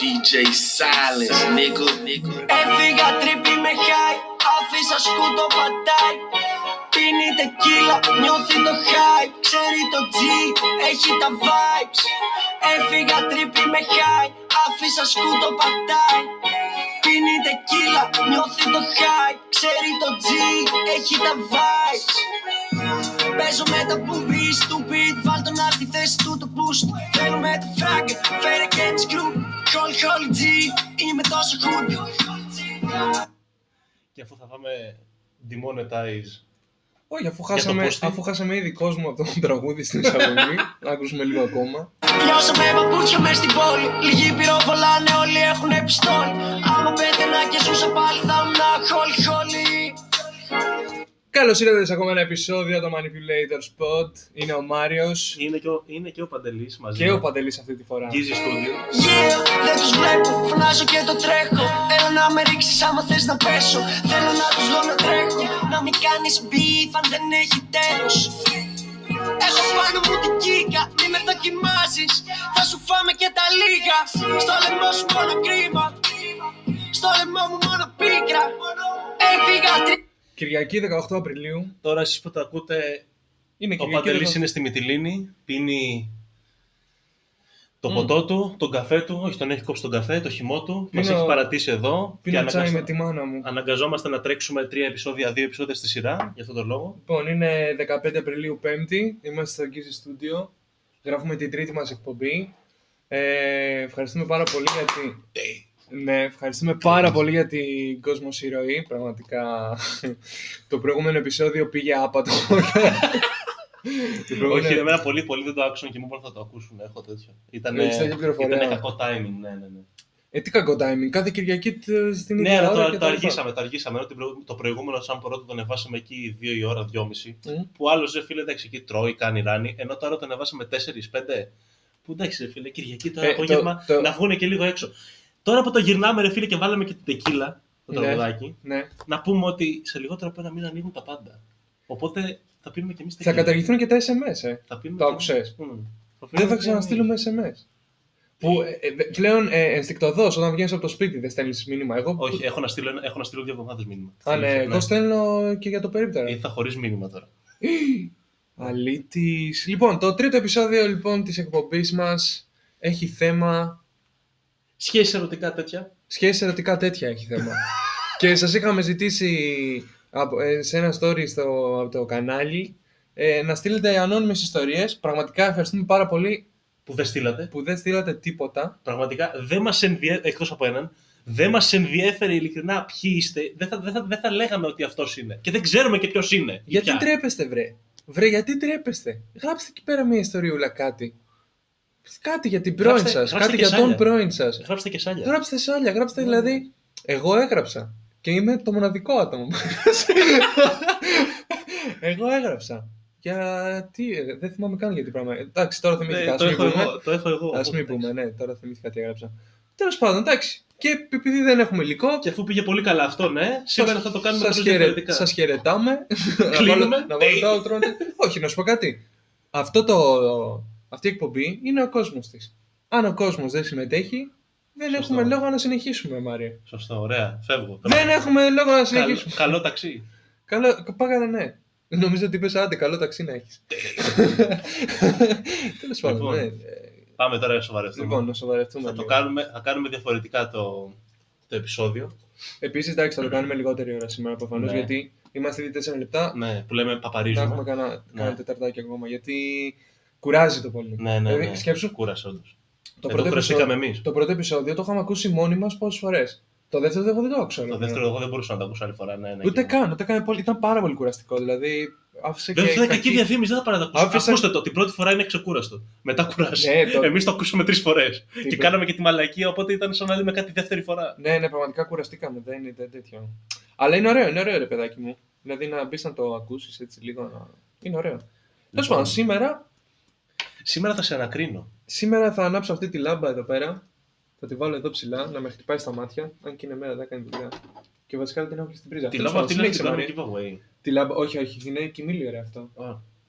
DJ Silence, nigga, nigga. Έφυγα τρίπη με χάι, άφησα σκούτο πατάει Πίνει τεκίλα, νιώθει το hype, ξέρει το G, έχει τα vibes Έφυγα τρίπη με χάι, άφησα σκούτο πατάει Πίνει τεκίλα, νιώθει το hype, ξέρει το G, έχει τα vibes Παίζω με τα μπουμπί, stupid Βάλ τον άλλη τη θέση του το boost Φέρνουμε το φράγκ, φέρε και τις group Holy holy G, είμαι τόσο hood Και αφού θα φάμε demonetize. Όχι, αφού το χάσαμε, πούστη. αφού χάσαμε ήδη κόσμο από το τραγούδι στην εισαγωγή, να ακούσουμε λίγο ακόμα. Νιώσαμε παπούτσια μες στην πόλη Λίγοι πυροβολάνε, όλοι έχουν επιστόλη Άμα πέταινα και ζούσα πάλι θα ήμουν holy holy Καλώς ήρθατε σε ακόμα ένα επεισόδιο το Manipulators Pod. Είναι ο Μάριος Είναι και ο, είναι και ο Παντελής μαζί. και ο μας. Παντελής αυτή τη φορά. Γκίζι Studio. Yeah, δεν τους βλέπω, φωνάζω και το τρέχω Θέλω να με ρίξεις άμα θες να πέσω Θέλω να τους δω να τρέχω Να μην κάνεις beef αν δεν έχει τέλος Έχω πάνω μου την κύκα, μη με δοκιμάζεις Θα σου φάμε και τα λίγα Στο λαιμό σου μόνο κρίμα Στο λαιμό μου μόνο πίκρα Έφυγα τρι... Κυριακή 18 Απριλίου. Τώρα εσείς που τα Ε, ακούτε, Είναι ο Κυριακή. Παντελής 18. είναι στη Μυτιλίνη, πίνει το Μμμ. ποτό του, τον καφέ του, όχι τον έχει κόψει τον καφέ, το χυμό του, μας Πίνω- έχει παρατήσει εδώ Πίνω αναγκαστα- τσάι με τη μάνα μου. αναγκαζόμαστε να τρέξουμε τρία επεισόδια, δύο επεισόδια στη σειρά, για αυτόν τον λόγο. Λοιπόν, είναι 15 Απριλίου 5η, είμαστε στο Γκίζι Studio, γράφουμε την τρίτη μας εκπομπή. Ε, ευχαριστούμε πάρα πολύ για τη... Ναι, ευχαριστούμε πάρα πολύ για την κόσμο ηρωή. Πραγματικά το προηγούμενο επεισόδιο πήγε άπατο. Το προηγούμενο- Όχι, εμένα πολύ, πολύ δεν το άκουσαν και μου είπαν θα το ακούσουν. Έχω τέτοιο. Ήτανε, Έχεις τέτοια πληροφορία. ήτανε κακό timing, ναι, ναι. ναι. Ε, τι κακό timing. Κάθε Κυριακή τε- στην Ναι, ίδια αλλά ώρα το, και το λοιπά. αργήσαμε, το αργήσαμε. Ενώ την προ- το προηγούμενο, σαν πρώτο, το ανεβάσαμε εκεί 2 η ώρα, 2.30. Μμ. Που άλλος ρε φίλε, εντάξει, εκεί τρώει, κάνει ράνι. Ενώ τώρα το ανεβάσαμε 4-5. Που εντάξει, ρε φίλε, Κυριακή τώρα Ε, απόγευμα το- το- να βγουν και λίγο έξω. Τώρα που το γυρνάμε, ρε φίλε, και βάλαμε και την τεκίλα, το Ναι. τραγουδάκι, Ναι. να πούμε ότι σε λιγότερο από ένα μήνα ανοίγουν τα πάντα. Οπότε θα πίνουμε κι εμείς Θα τεκίλα. καταργηθούν και τα SMS, ε. Θα πίνουμε Το κι άκουσες. εμείς. Μμ. Δεν πίνουμε θα κι ξαναστείλουμε εμείς. SMS. Που ε, ε, δε- πλέον ε, ενστικτοδός, όταν βγαίνεις από το σπίτι, δεν στέλνεις μήνυμα. Εγώ Όχι, έχω να στείλω, ένα- έχω να στείλω δύο εβδομάδες μήνυμα. Α, ναι, εγώ στέλνω και για το περίπτερα. Ε, Θα χωρίς μήνυμα τώρα. Αλήτης. Λοιπόν, το τρίτο επεισόδιο λοιπόν της εκπομπής μας έχει θέμα... Σχέσει ερωτικά τέτοια. Σχέσεις ερωτικά τέτοια έχει θέμα. και σας είχαμε ζητήσει από- ε, σε ένα story στο από το κανάλι ε, να στείλετε ανώνυμες ιστορίες. Πραγματικά ευχαριστούμε πάρα πολύ Που δεν στείλατε. που δεν στείλατε τίποτα. Πραγματικά δεν μας ενδιέφερε, εκτός από έναν, δεν μας ενδιέφερε ειλικρινά ποιοι είστε. Δεν θα, δεν θα, δεν θα λέγαμε ότι αυτός είναι. Και δεν ξέρουμε και ποιος είναι. ή γιατί ποια. τρέπεστε βρε. Βρε γιατί τρέπεστε. Γράψτε εκεί πέρα μια ιστοριούλα κάτι. Κάτι για την πρώην Γράψτε- σας, γράψτε κάτι και για τον σάλια. πρώην σας. Γράψτε και σάλια. Γράψτε σε άλλα, γράψτε Ναι. δηλαδή. Εγώ έγραψα. Και είμαι το μοναδικό άτομο. που εγώ έγραψα. Γιατί, ε, δεν θυμάμαι καν γιατί πράγμα. Εντάξει, τώρα Ναι, θυμήθηκα. ας το, μην έχω πούμε. εγώ, το έχω εγώ. Ας μην Οπότε, πούμε, ναι, τώρα θυμήθηκα τι έγραψα. Τέλος πάντων, εντάξει. Και επειδή δεν έχουμε υλικό, Και αφού πήγε πολύ καλά αυτό, ναι, σήμερα θα το κάνουμε σας, τελείως χαιρε- διαφορετικά. σας χαιρετάμε. Να Κλείνουμε. βάλω- να βάλω το outro. Όχι, να σου πω κάτι. Αυτό το, αυτή η εκπομπή είναι ο κόσμος της. Αν ο κόσμος δεν συμμετέχει, δεν Σωστό. έχουμε λόγο να συνεχίσουμε, Μάρια. Σωστό, ωραία. Φεύγω. Δεν έχουμε λόγο να Καλό- συνεχίσουμε. Καλό ταξί. Καλό, πάγανε ναι. Νομίζω ότι είπες άντε, καλό ταξί να έχεις. Τέλος πάντων, Λοιπόν, ναι. Ε, Πάμε τώρα να σοβαρευτούμε. Λοιπόν, να σοβαρευτούμε. θα, το λίγο. κάνουμε, θα κάνουμε διαφορετικά το, το επεισόδιο. Επίσης, εντάξει, θα το κάνουμε λιγότερη ώρα σήμερα προφανώς, Ναι. γιατί είμαστε ήδη 4 λεπτά. Ναι, που λέμε Να παπαρίζουμε. έχουμε κανένα Ναι. κανένα τεταρτάκι ακόμα, γιατί κουράζει το πολύ. Ναι, ναι, Δηλαδή, ναι. Σκέψου, Κούρασε όντως. το Εδώ πρώτο, κουραστήκαμε επεισόδιο, εμείς. το πρώτο επεισόδιο το είχαμε ακούσει μόνοι μας πόσες φορές. Το δεύτερο δεν- εγώ δεν το άκουσα. Το ολόκληρο. δεύτερο εγώ δεν μπορούσα να το ακούσω άλλη φορά. Ναι, ναι, Ναι. Ούτε και- καν, ούτε καν. πολύ- Ήταν πάρα πολύ κουραστικό, δηλαδή άφησε Δεν και είναι κακή διαφήμιση, δεν θα πάνε να το ακούσω. Άφησα- Ακούστε το, την πρώτη φορά είναι ξεκούραστο. Μετά κουράζει. Ναι, το- Εμείς το ακούσαμε τρεις φορές. την Και προ- κάναμε και τη μαλακία, οπότε ήταν σαν να λέμε κάτι δεύτερη φορά. Ναι, ναι, πραγματικά κουραστήκαμε. Δεν είναι τέτοιο. Αλλά είναι ωραίο, είναι ωραίο, ρε παιδάκι μου. Δηλαδή να μπεις να το ακούσεις έτσι λίγο. Να... Είναι ωραίο. Τέλο Λοιπόν. πάντων, σήμερα, Σήμερα θα σε ανακρίνω. σήμερα θα ανάψω αυτή τη λάμπα εδώ πέρα. Θα τη βάλω εδώ ψηλά να με χτυπάει στα μάτια. Αν και είναι μέρα, δεν κάνει δουλειά. Και βασικά δεν την έχω και στην πρίζα. Τη Τέλος λάβα αυτή πάντων, είναι συνέχισε, το Μαρία. giveaway. Τη λάμπα, όχι, όχι, είναι κοιμήλιο ρε αυτό. Α,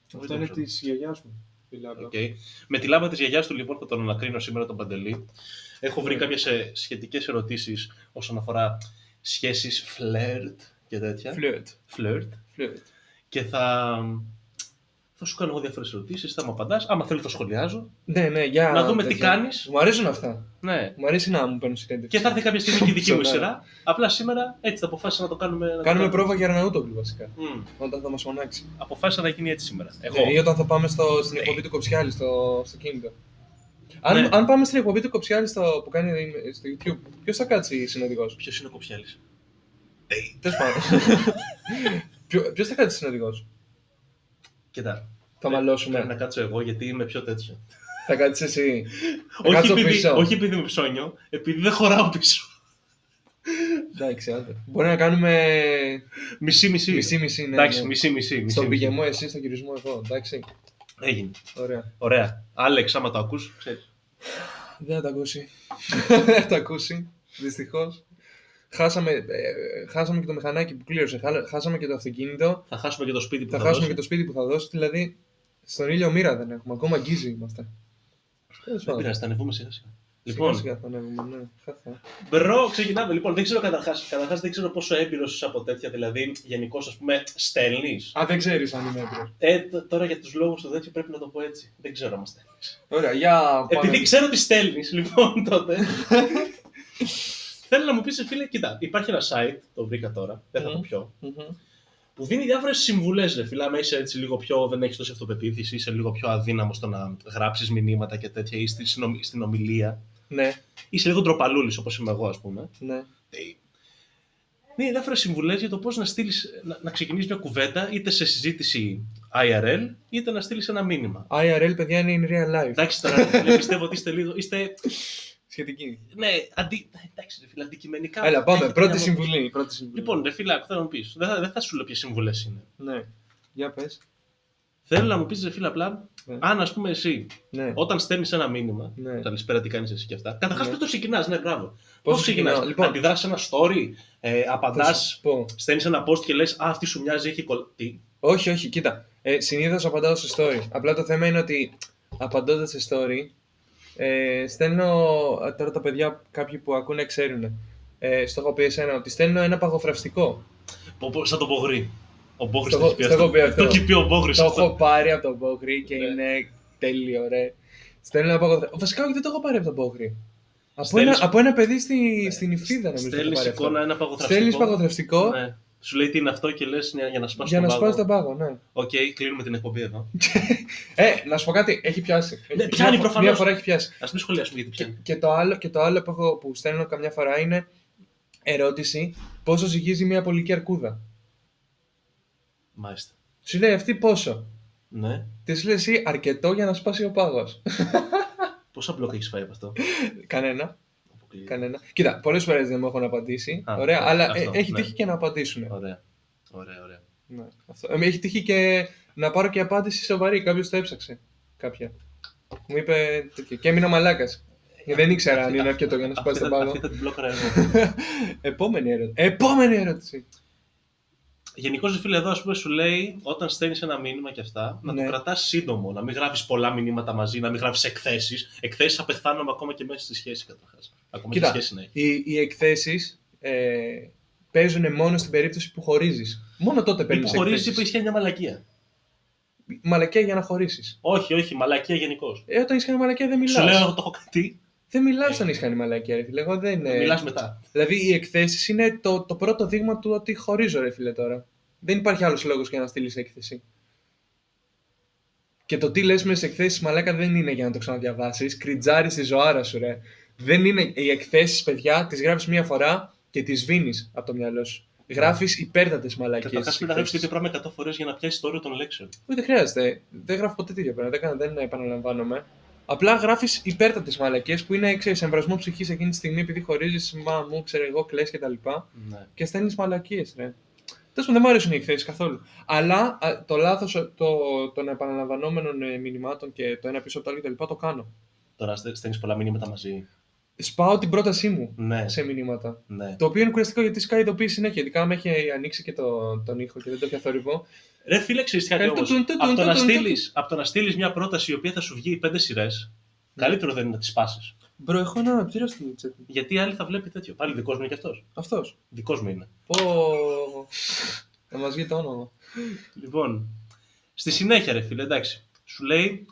Αυτό το είναι ξέρω. της γιαγιάς μου. Η λάμπα. Οκ. Με τη λάμπα της γιαγιάς του, λοιπόν, θα τον ανακρίνω σήμερα τον Παντελή. Έχω βρει Ναι. κάποιες σχετικές ερωτήσεις όσον αφορά σχέσεις φλερτ και τέτοια. Φλερτ. Φλερτ. Φλερτ. Και θα. Θα σου κάνω εγώ διάφορες ερωτήσεις, θα μου απαντάς. Άμα θέλω, το σχολιάζω. Ναι, ναι, για Να δούμε τι τέτοια. κάνεις. Μου αρέσουν αυτά. Ναι. Μου αρέσει να μου παίρνουν συνέντευξη. Και θα έρθει κάποια στιγμή και η δική μου Ψωμί. σειρά. Απλά σήμερα έτσι θα αποφάσισα να το κάνουμε. να το Κάνουμε κάνουμε. πρόβα για Αρναούτογλου βασικά. Μμμ. Όταν θα μας φωνάξει. Αποφάσισα να γίνει έτσι σήμερα. Εγώ. Ναι, ή όταν θα πάμε στο, στην εκπομπή του Κοψιάλη στο, στο κίνητο. Αν, Ναι. αν πάμε στην εκπομπή του Κοψιάλη στο, που κάνει στο YouTube, ποιος θα κάτσει συνοδηγός. Ποιος είναι ο Κοψιάλης? Τέλος πάντων. Ποιο θα κάτσει συνοδηγός. Κοίτα. Θα πρέ- μαλώσουμε. Πρέπει να κάτσω εγώ γιατί είμαι πιο τέτοιο. Θα κάτσεις εσύ. Θα Όχι κάτσω επειδή, πίσω. όχι επειδή είμαι ψώνιο, επειδή δεν χωράω πίσω. Εντάξει, άντε. Μπορεί να κάνουμε Μισή-μισή. μισή-μισή. ναι, Εντάξει, ναι. μισή-μισή. μισή, Στον μισή. πηγεμό εσύ, στον κυρισμό εγώ. Εντάξει. Έγινε. Ωραία. Ωραία. Άλεξ, άμα το ακούς, ξέρεις. Δεν θα τα ακούσει. Δεν θα τα ακούσει. Δυστυχώς. Χάσαμε, ε, χάσαμε και το μηχανάκι που κλήρωσε. χάλα- Χάσαμε και το αυτοκίνητο. Θα χάσουμε και το σπίτι που θα, Θα χάσουμε δώσει. και το σπίτι που θα δώσει. Δηλαδή, στον ήλιο μοίρα δεν έχουμε. Ακόμα γκίζι είμαστε. Τέλος Δεν πάντων. πειράζει, θα ανεβούμε σιγά-σιγά. Σιγά Λοιπόν, σιγά θα ανέβουμε, ναι. Χάθα. Μπρο, ξεκινάμε. Λοιπόν, δεν ξέρω καταρχάς καταρχάς, δεν ξέρω πόσο έμπειρος είσαι από τέτοια. Δηλαδή, γενικώς, ας πούμε, στέλνεις. Α, δεν ξέρεις αν είμαι έμπειρος. Ε, τ- τώρα για τους λόγους του τέτοιου πρέπει να το πω έτσι. Δεν ξέρω αν στέλνεις. Ωραία, για πάμε. Επειδή ξέρω ότι στέλνεις, λοιπόν, τότε. Θέλω να μου πεις, φίλε, κοιτά, υπάρχει ένα site, το βρήκα τώρα, δεν θα το Μμμ. πιω, Μμμ. που δίνει διάφορες συμβουλές, ρε φίλε. Άμα είσαι έτσι λίγο πιο, δεν έχεις τόση αυτοπεποίθηση, είσαι λίγο πιο αδύναμος στο να γράψεις μηνύματα και τέτοια ή στη συνομι- στην ομιλία. Ναι, Είσαι λίγο ντροπαλούλης, όπως είμαι εγώ, ας πούμε. ναι. Δίνει διάφορες συμβουλές για το πώς να, στείλεις- να, να ξεκινήσεις μια κουβέντα είτε σε συζήτηση IRL είτε να στείλεις ένα μήνυμα. IRL, παιδιά, είναι in real life. Εντάξει τώρα, ρε φίλε, πιστεύω ότι είστε λίγο. Είστε, Σχετική. ναι, αντι, εντάξει, ρε φίλε, αντικειμενικά. Έλα, πάμε. έχετε Πρώτη μια- συμβουλή. Πρώτη συμβουλή. Λοιπόν, ρε φίλε, άκου, θέλω να μου πεις. Δεν, θα- δεν θα σου λέω ποιες συμβουλές είναι. Ναι. Για πες. Θέλω να μου πεις, ρε φίλε, απλά, Ναι. αν ας πούμε εσύ, Ναι. όταν στέλνεις ένα μήνυμα. ναι. Καλησπέρα, τι κάνεις εσύ και αυτά. Καταρχάς, Ναι. πώς το ξεκινάς, ναι, μπράβο. Πώ Πώς ξεκινάς. Λοιπόν, ξεκινάω, λοιπόν. Αντιδράς ένα story, ε, απαντάς, Θα σου πω. στέλνεις ένα post και λες, Α, αυτή σου μοιάζει, έχει κολλ. Τι, Όχι, όχι, κοίτα. Ε, Συνήθως απαντάω σε story. Απλά το θέμα είναι ότι απαντώντας σε story, ε, στέλνω. α, Τώρα τα παιδιά, κάποιοι που ακούνε, ξέρουν. Ε, στο έχω πει εσένα ότι στέλνω ένα παγοφραυστικό. Πω, πω, Σαν τον Πογρή. Ο Μπόγρη Στο το έχει πει έχω- στο έχω πει αυτό. Το αυτό. έχει πει ο Μπόγρη το αυτό. έχω πάρει από τον Μπόχρη και Ναι. είναι τέλειο, ρε. Στέλνω ένα παγοφραυστικό. Βασικά, όχι, δεν το έχω πάρει από τον Μπόχρη. Από, Στέλνεις- ένα, από ένα παιδί στη, στην Ιφίδα, νομίζω. το έχω Στέλνεις πάρει αυτό. εικόνα ένα παγωθραστικό. Στέλνεις παγοδρευτικό Ναι. Σου λέει τι είναι αυτό και λες για να σπάσει για να σπάσει τον πάγο, ναι. Οκ, κλείνουμε την εκπομπή εδώ. Ε, να σου πω κάτι, έχει πιάσει. Έχει- Ναι, πιάνει μια φο- προφανώς. Μια φορά έχει πιάσει. Ας μην σχολιάσουμε γιατί Και, πιάνει. και το άλλο, και το άλλο που, έχω, που στέλνω καμιά φορά είναι ερώτηση πόσο ζυγίζει μια πολική αρκούδα. Μάλιστα. Σου λέει αυτή πόσο. Ναι. Της λέει εσύ αρκετό για να σπάσει ο πάγος. Πόσα μπλοκ έχεις φάει από αυτό. κανένα, Αποκλείεται. κανένα. Κοίτα, πολλές φορές δεν μου έχουν απαντήσει. Α, ωραία, εντάξει, αλλά ε, αυτό, έχει ναι. τύχει και να απαντήσουν. Ωραία. Ωραία, ωραία. Ναι, αυτό. Ε, έχει τύχει και να πάρω και απάντηση σοβαρή. Κάποιος το έψαξε. Κάποια. Μου είπε. τέτοιο. Και έμεινα μαλάκας. Δεν ήξερα αν είναι αρκετό για να Αυτή σπάσει τον θα- πάγο. Αυτή θα την μπλόκαρα εγώ. Επόμενη ερώτηση. Επόμενη ερώτηση. Γενικώς, φίλε, εδώ ας πούμε σου λέει όταν στέλνεις ένα μήνυμα και αυτά να το Ναι. κρατάς σύντομο, να μην γράφεις πολλά μηνύματα μαζί, να μην γράφεις εκθέσεις. Εκθέσεις θα πεθάνουμε ακόμα και μέσα στη σχέση καταρχάς. Ακόμα και Κοίτα. σχέση ναι. να έχει. Οι, οι εκθέσεις ε, παίζουν μόνο στην περίπτωση που χωρίζεις. Μόνο τότε Ή που παίρνει χωρίζεις, εκθέσεις. που ισχύει μια μαλακία. Μαλακία για να χωρίσεις. Όχι, όχι, μαλακία γενικώς. Ε, όταν έχει κάνει μαλακία δεν μιλά. Σου λέω, εγώ το έχω κάνει. Δεν μιλάς όταν έχει κάνει μαλακία, ρε φίλε. Εγώ δεν. ε, Μιλάς μετά. Δηλαδή οι εκθέσεις είναι το, το πρώτο δείγμα του ότι χωρίζω, ρε φίλε τώρα. Δεν υπάρχει άλλος λόγος για να στείλεις έκθεση. Και το τι λες μες τι εκθέσεις, μαλάκα δεν είναι για να το ξαναδιαβάσεις. Κριτζάρεις τη ζωάρα σου, ρε. Δεν είναι. Οι εκθέσεις, παιδιά, τις γράφεις μία φορά και τις σβήνεις από το μυαλό σου. Γράφεις υπέρτατες μαλακίε. Καταρχά πρέπει να γράψει το ίδιο πράγμα 100 φορές για να πιάσεις το όριο των λέξεων. Δεν χρειάζεται. Δεν γράφω ποτέ τέτοιο πράγμα. Δεν, κάνω- δεν επαναλαμβάνομαι. Απλά γράφεις υπέρτατε μαλακίε που είναι, ξέρεις, εμβρασμό ψυχής εκείνη τη στιγμή επειδή χωρίζεις, μα μου, ξέρω εγώ, κλε κτλ Ναι. και στέλνεις μαλακίες, ρε. Τέλος πάντων, δεν μου αρέσουν οι εκθέσεις καθόλου. Αλλά α, το λάθος των επαναλαμβανόμενων ε, μηνυμάτων και το ένα πίσω από το άλλο κτλ. το κάνω. Τώρα στέλνεις πολλά μηνύματα μαζί. σπάω την πρότασή μου Ναι, σε μηνύματα. ναι. Το οποίο είναι κουραστικό γιατί σκάει ειδοποίηση συνέχεια. Ειδικά άμα έχει ανοίξει και το, τον ήχο και δεν το έχει αθόρυβο. Ρε φίλε, ξέρεις κάτι Κάνει όμω. Ε, τουν, τουν, Από το τουν, να τουν, στείλεις- απ' το να στείλεις μια πρόταση η οποία θα σου βγει πέντε σειρές, Ναι. καλύτερο δεν είναι να τις πάσει. Μπρο, έχω έναν αναπτήρα στην τσέπη. Γιατί οι άλλοι θα βλέπει τέτοιο. Πάλι δικός μου είναι και αυτός. Αυτός. Δικός μου είναι. Πω. Θα μας βγει το όνομα. Λοιπόν, στη συνέχεια, ρε φίλε, εντάξει. Σου λέει,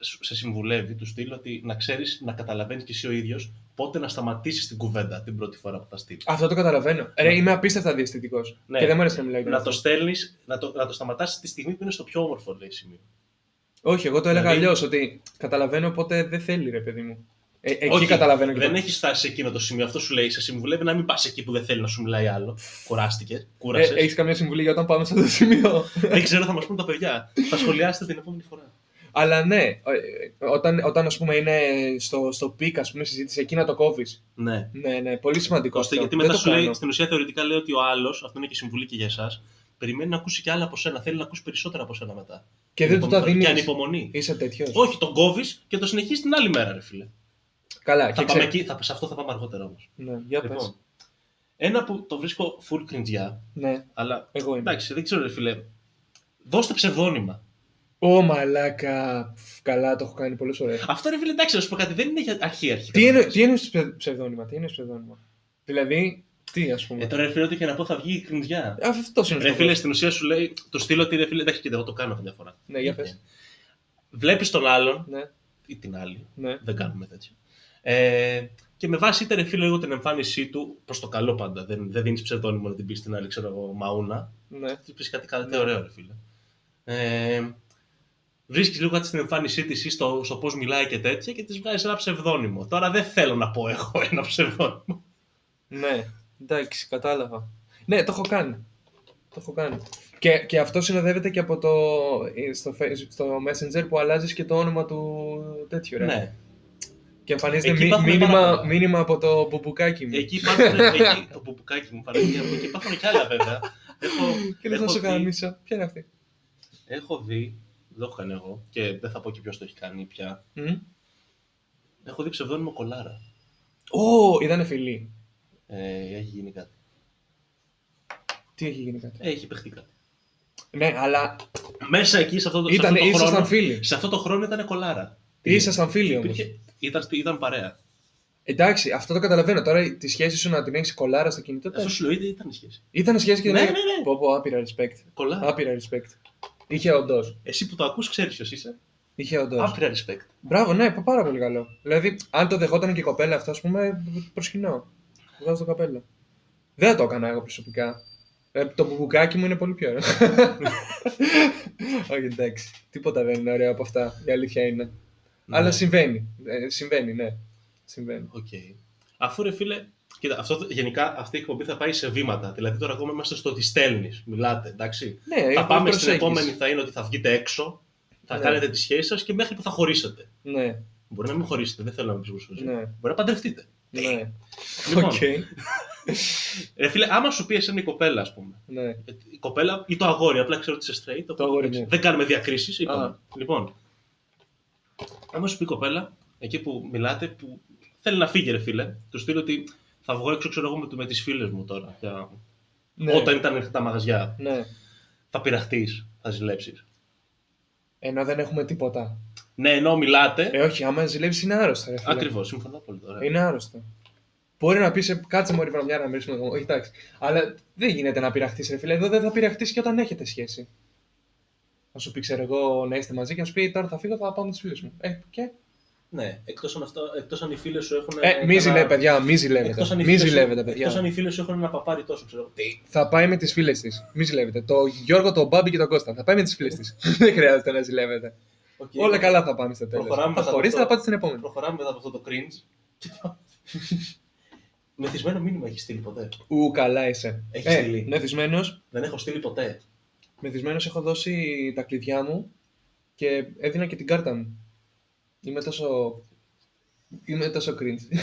σου- σε συμβουλεύει του στυλ ότι να ξέρεις, να καταλαβαίνεις κι εσύ ο ίδιος πότε να σταματήσεις την κουβέντα την πρώτη φορά που τα στείλεις. Αυτό το καταλαβαίνω. Ρε, είμαι απίστευτα διαστητικό. Ναι. Και δεν μου αρέσει να μιλάω. Να το στέλνεις, να το, να το σταματάσει τη στιγμή που είναι στο πιο όμορφο λέει, σημείο. Όχι, εγώ το έλεγα Δηλαδή- αλλιώς. Ότι καταλαβαίνω πότε δεν θέλει, ρε παιδί μου. Ε, εκεί Όχι, καταλαβαίνω. και Δεν το- έχεις φτάσει σε εκείνο το σημείο. Αυτό σου λέει, σε συμβουλεύει να μην πας εκεί που δεν θέλει να σου μιλάει άλλο. Κουράστηκες, Ε, κούρασε. έχεις καμία συμβουλή για όταν πάμε σε αυτό το σημείο. Δεν ξέρω, θα μας πούν τα παιδιά. Θα σχολιάσετε την επόμενη φορά. Αλλά ναι, ε, ε, όταν, όταν ας πούμε είναι στο, στο πικ, ας πούμε, συζήτηση, εκεί να το κόβεις. Ναι. Ναι, ναι, πολύ σημαντικό. Ώστε, αυτό. γιατί Δεν μετά το σου λέει, κάνω. στην ουσία θεωρητικά λέει ότι ο άλλος, αυτό είναι και συμβουλή και για εσάς, περιμένει να ακούσει και άλλα από σένα. Θέλει να ακούσει περισσότερα από σένα μετά. Και δεν του τα Υπομονή- δίνεις. Λοιπόν, Και ανυπομονή. Είσαι τέτοιος. Όχι, τον κόβεις και το συνεχίζεις την άλλη μέρα, ρε φίλε. Καλά, Θα και πάμε ξέρει. εκεί, θα, σε αυτό θα πάμε αργότερα όμως. Ναι, για πες. Λοιπόν, ένα που το βρίσκω full κριντζιά, Ναι, αλλά εγώ είμαι. εντάξει, δεν ξέρω, ρε φίλε. Δώστε ψευδόνυμα. Ω μαλάκα. Φ, Καλά, το έχω κάνει πολλές φορές. Αυτό ρε φίλε, εντάξει, να σου πω κάτι, δεν είναι για αρχή αρχή. Τι εννο- τι εννοεί ψευδόνυμα, τι εννοεί ψευδόνυμα. Δηλαδή, τι ας Ε, πούμε. τώρα ρε φίλε, ό,τι είχε να πω θα βγει η κρυντζιά. Αυτό είναι ο Ρε σκοπός. φίλε, στην ουσία σου λέει, το στείλω ότι ρε φίλε, εντάξει, κοίτα, εγώ το κάνω καμιά φορά. Ναι, για πες. Βλέπεις τον άλλον, Ναι, ή την άλλη, ναι. δεν κάνουμε τέτοιο. Ε, και με βάση είτε ρε φίλε, εγώ την εμφάνισή του προς το καλό πάντα. Δεν, δεν δίνει ψευδόνυμο να την πεις στην άλλη, ξέρω εγώ, μαούνα. ναι. Της πεις κάτι κάτι ωραίο, ρε φίλε. Ε, Βρίσκεις λίγο κάτι στην εμφάνισή της ή στο, στο πώς μιλάει και τέτοια και της βγάζεις ένα ψευδόνυμο. Τώρα δεν θέλω να πω εγώ ένα ψευδόνυμο. Ναι, εντάξει, κατάλαβα. Ναι, το έχω κάνει. Το έχω κάνει. Και, και αυτό συνοδεύεται και από το. ε, στο, Facebook, στο Messenger που αλλάζεις και το όνομα του τέτοιου, ρε. Ναι. Και εμφανίζεται Εκεί μι- υπάρχουν πάρα μήνυμα, πολλά. μήνυμα από το μπουμπουκάκι μου. Εκεί υπάρχουν. εκεί, το μπουμπουκάκι μου παραγγείλει από εκεί. Υπάρχουν κι άλλα βέβαια. Έχω, Και λες να έχω σου δει- κανονίσω. Ποια είναι αυτή. Έχω δει. Δεν έχω κάνει εγώ και δεν θα πω και ποιος το έχει κάνει πια. Μμ. Έχω δει ψευδόνυμο κολάρα. Ω, είδανε φιλή. Ε, έχει γίνει κάτι. Ε, Τι έχει γίνει κάτι. Έχει παιχτεί κάτι. Ναι, αλλά Μέσα εκεί σε αυτό το, ήταν, σε αυτό το ήσασταν χρόνο. φίλοι. Σε αυτό το χρόνο ήταν κολάρα. Ήσασταν φίλοι όμως. Υπήρχε- ήταν, ήταν παρέα. Εντάξει, αυτό το καταλαβαίνω. Τώρα τη σχέση σου να την έχεις κολλάρα στο κινητό. Αυτό σου λέω ήταν η σχέση. Ήταν σχέση και δεν Ε, Ναι, έκανε- ναι, ναι. Πω, πω, άπειρα respect. Κολάρα. Άπειρα respect. Είχε όντως. Εσύ που το ακούς ξέρεις ποιος είσαι. Είχε όντως. Άπειρα respect. Μπράβο, ναι, πα- πάρα πολύ καλό. Δηλαδή, αν το δεχόταν και η κοπέλα αυτό, ας πούμε, προσκυνώ. Βγάζω το καπέλο. Δεν το έκανα εγώ προσωπικά. Ε, το μπουμπουκάκι μου είναι πολύ πιο ωραίο. Όχι, εντάξει. Τίποτα δεν είναι ωραίο από αυτά. Η αλήθεια είναι. Αλλά Ναι. συμβαίνει. Ε, συμβαίνει, ναι. Συμβαίνει. Οκ. Αφού ρε φίλε. Κοίτα, αυτό, το- γενικά αυτή η εκπομπή θα πάει σε βήματα. Δηλαδή τώρα ακόμα είμαστε στο ότι στέλνεις, μιλάτε, εντάξει. Ναι, θα πάμε στην προσέχεις. επόμενη, θα είναι ότι θα βγείτε έξω, θα Ναι. κάνετε τη σχέση σας και μέχρι που θα χωρίσετε. Ναι, Μπορεί να μην χωρίσετε, δεν θέλω να μην προσβούσω. ναι, Μπορεί να παντρευτείτε. ναι. Λοιπόν, Οκ. ρε φίλε, άμα σου πει εσένα η κοπέλα, ας πούμε. Ναι. Η κοπέλα ή το αγόρι, απλά ξέρω ότι είσαι straight. οπότε αγόρι, εντάξει, ναι. Δεν κάνουμε διακρίσεις. Α. Λοιπόν, άμα σου πει η κοπέλα, εκεί που μιλάτε, που θέλει να φύγει, ρε φίλε, του στείλω ότι θα βγω έξω, ξέρω εγώ, με, με τις φίλες μου τώρα. Για... ναι. Όταν ήταν ανοιχτά τα μαγαζιά, Ναι. θα πειραχτείς, θα ζηλέψεις. Ενώ Ε, δεν έχουμε τίποτα. Ναι, ενώ μιλάτε. Ε, όχι, άμα ζηλέψεις είναι άρρωστα. Ρε, φίλε. Ακριβώς, συμφωνώ πολύ τώρα. Ε, Είναι άρρωστο. Μπορεί να πεις, κάτσε μωρή βραμιά να μιλήσουμε ακόμα. Όχι, εντάξει. Αλλά δεν γίνεται να πειραχτείς, ρε φίλε. Εδώ δεν θα πειραχτείς και όταν έχετε σχέση. Να σου πει, ξέρω εγώ, να είστε μαζί και να σου πει, τώρα θα φύγω, θα πάω με τις φίλες μου. Ε, και. Ναι, εκτός αν, αυτό- εκτός αν οι φίλες σου έχουν. Ε, μη ζηλεύει, παιδιά, μη ζηλεύετε. Μη ζηλεύετε, Εκτός αν παιδιά. οι φίλες σου έχουν ένα παπάρι τόσο, ξέρω. Τι. Θα πάει με τις φίλες της. Μη ζηλεύετε. Το Γιώργο, τον Μπάμπη και τον Κώστα. Θα πάει με τις φίλες της. δεν χρειάζεται να ζηλεύετε. οκ. Όλα καλά θα πάμε στο τέλος. Προχωράμε Θα μετά χωρίσετε, αυτό. θα πάτε στην επόμενη. Προχωράμε μετά από αυτό το cringe. και πάμε. Μεθυσμένο μήνυμα έχεις στείλει ποτέ. Ου, καλά είσαι. Ε, Έχεις στείλει. μεθυσμένος. Δεν έχω στείλει ποτέ. Μεθυσμένος έχω δώσει τα κλειδιά μου και έδινα και την κάρτα μου. Είμαι τόσο... Είμαι τόσο cringe.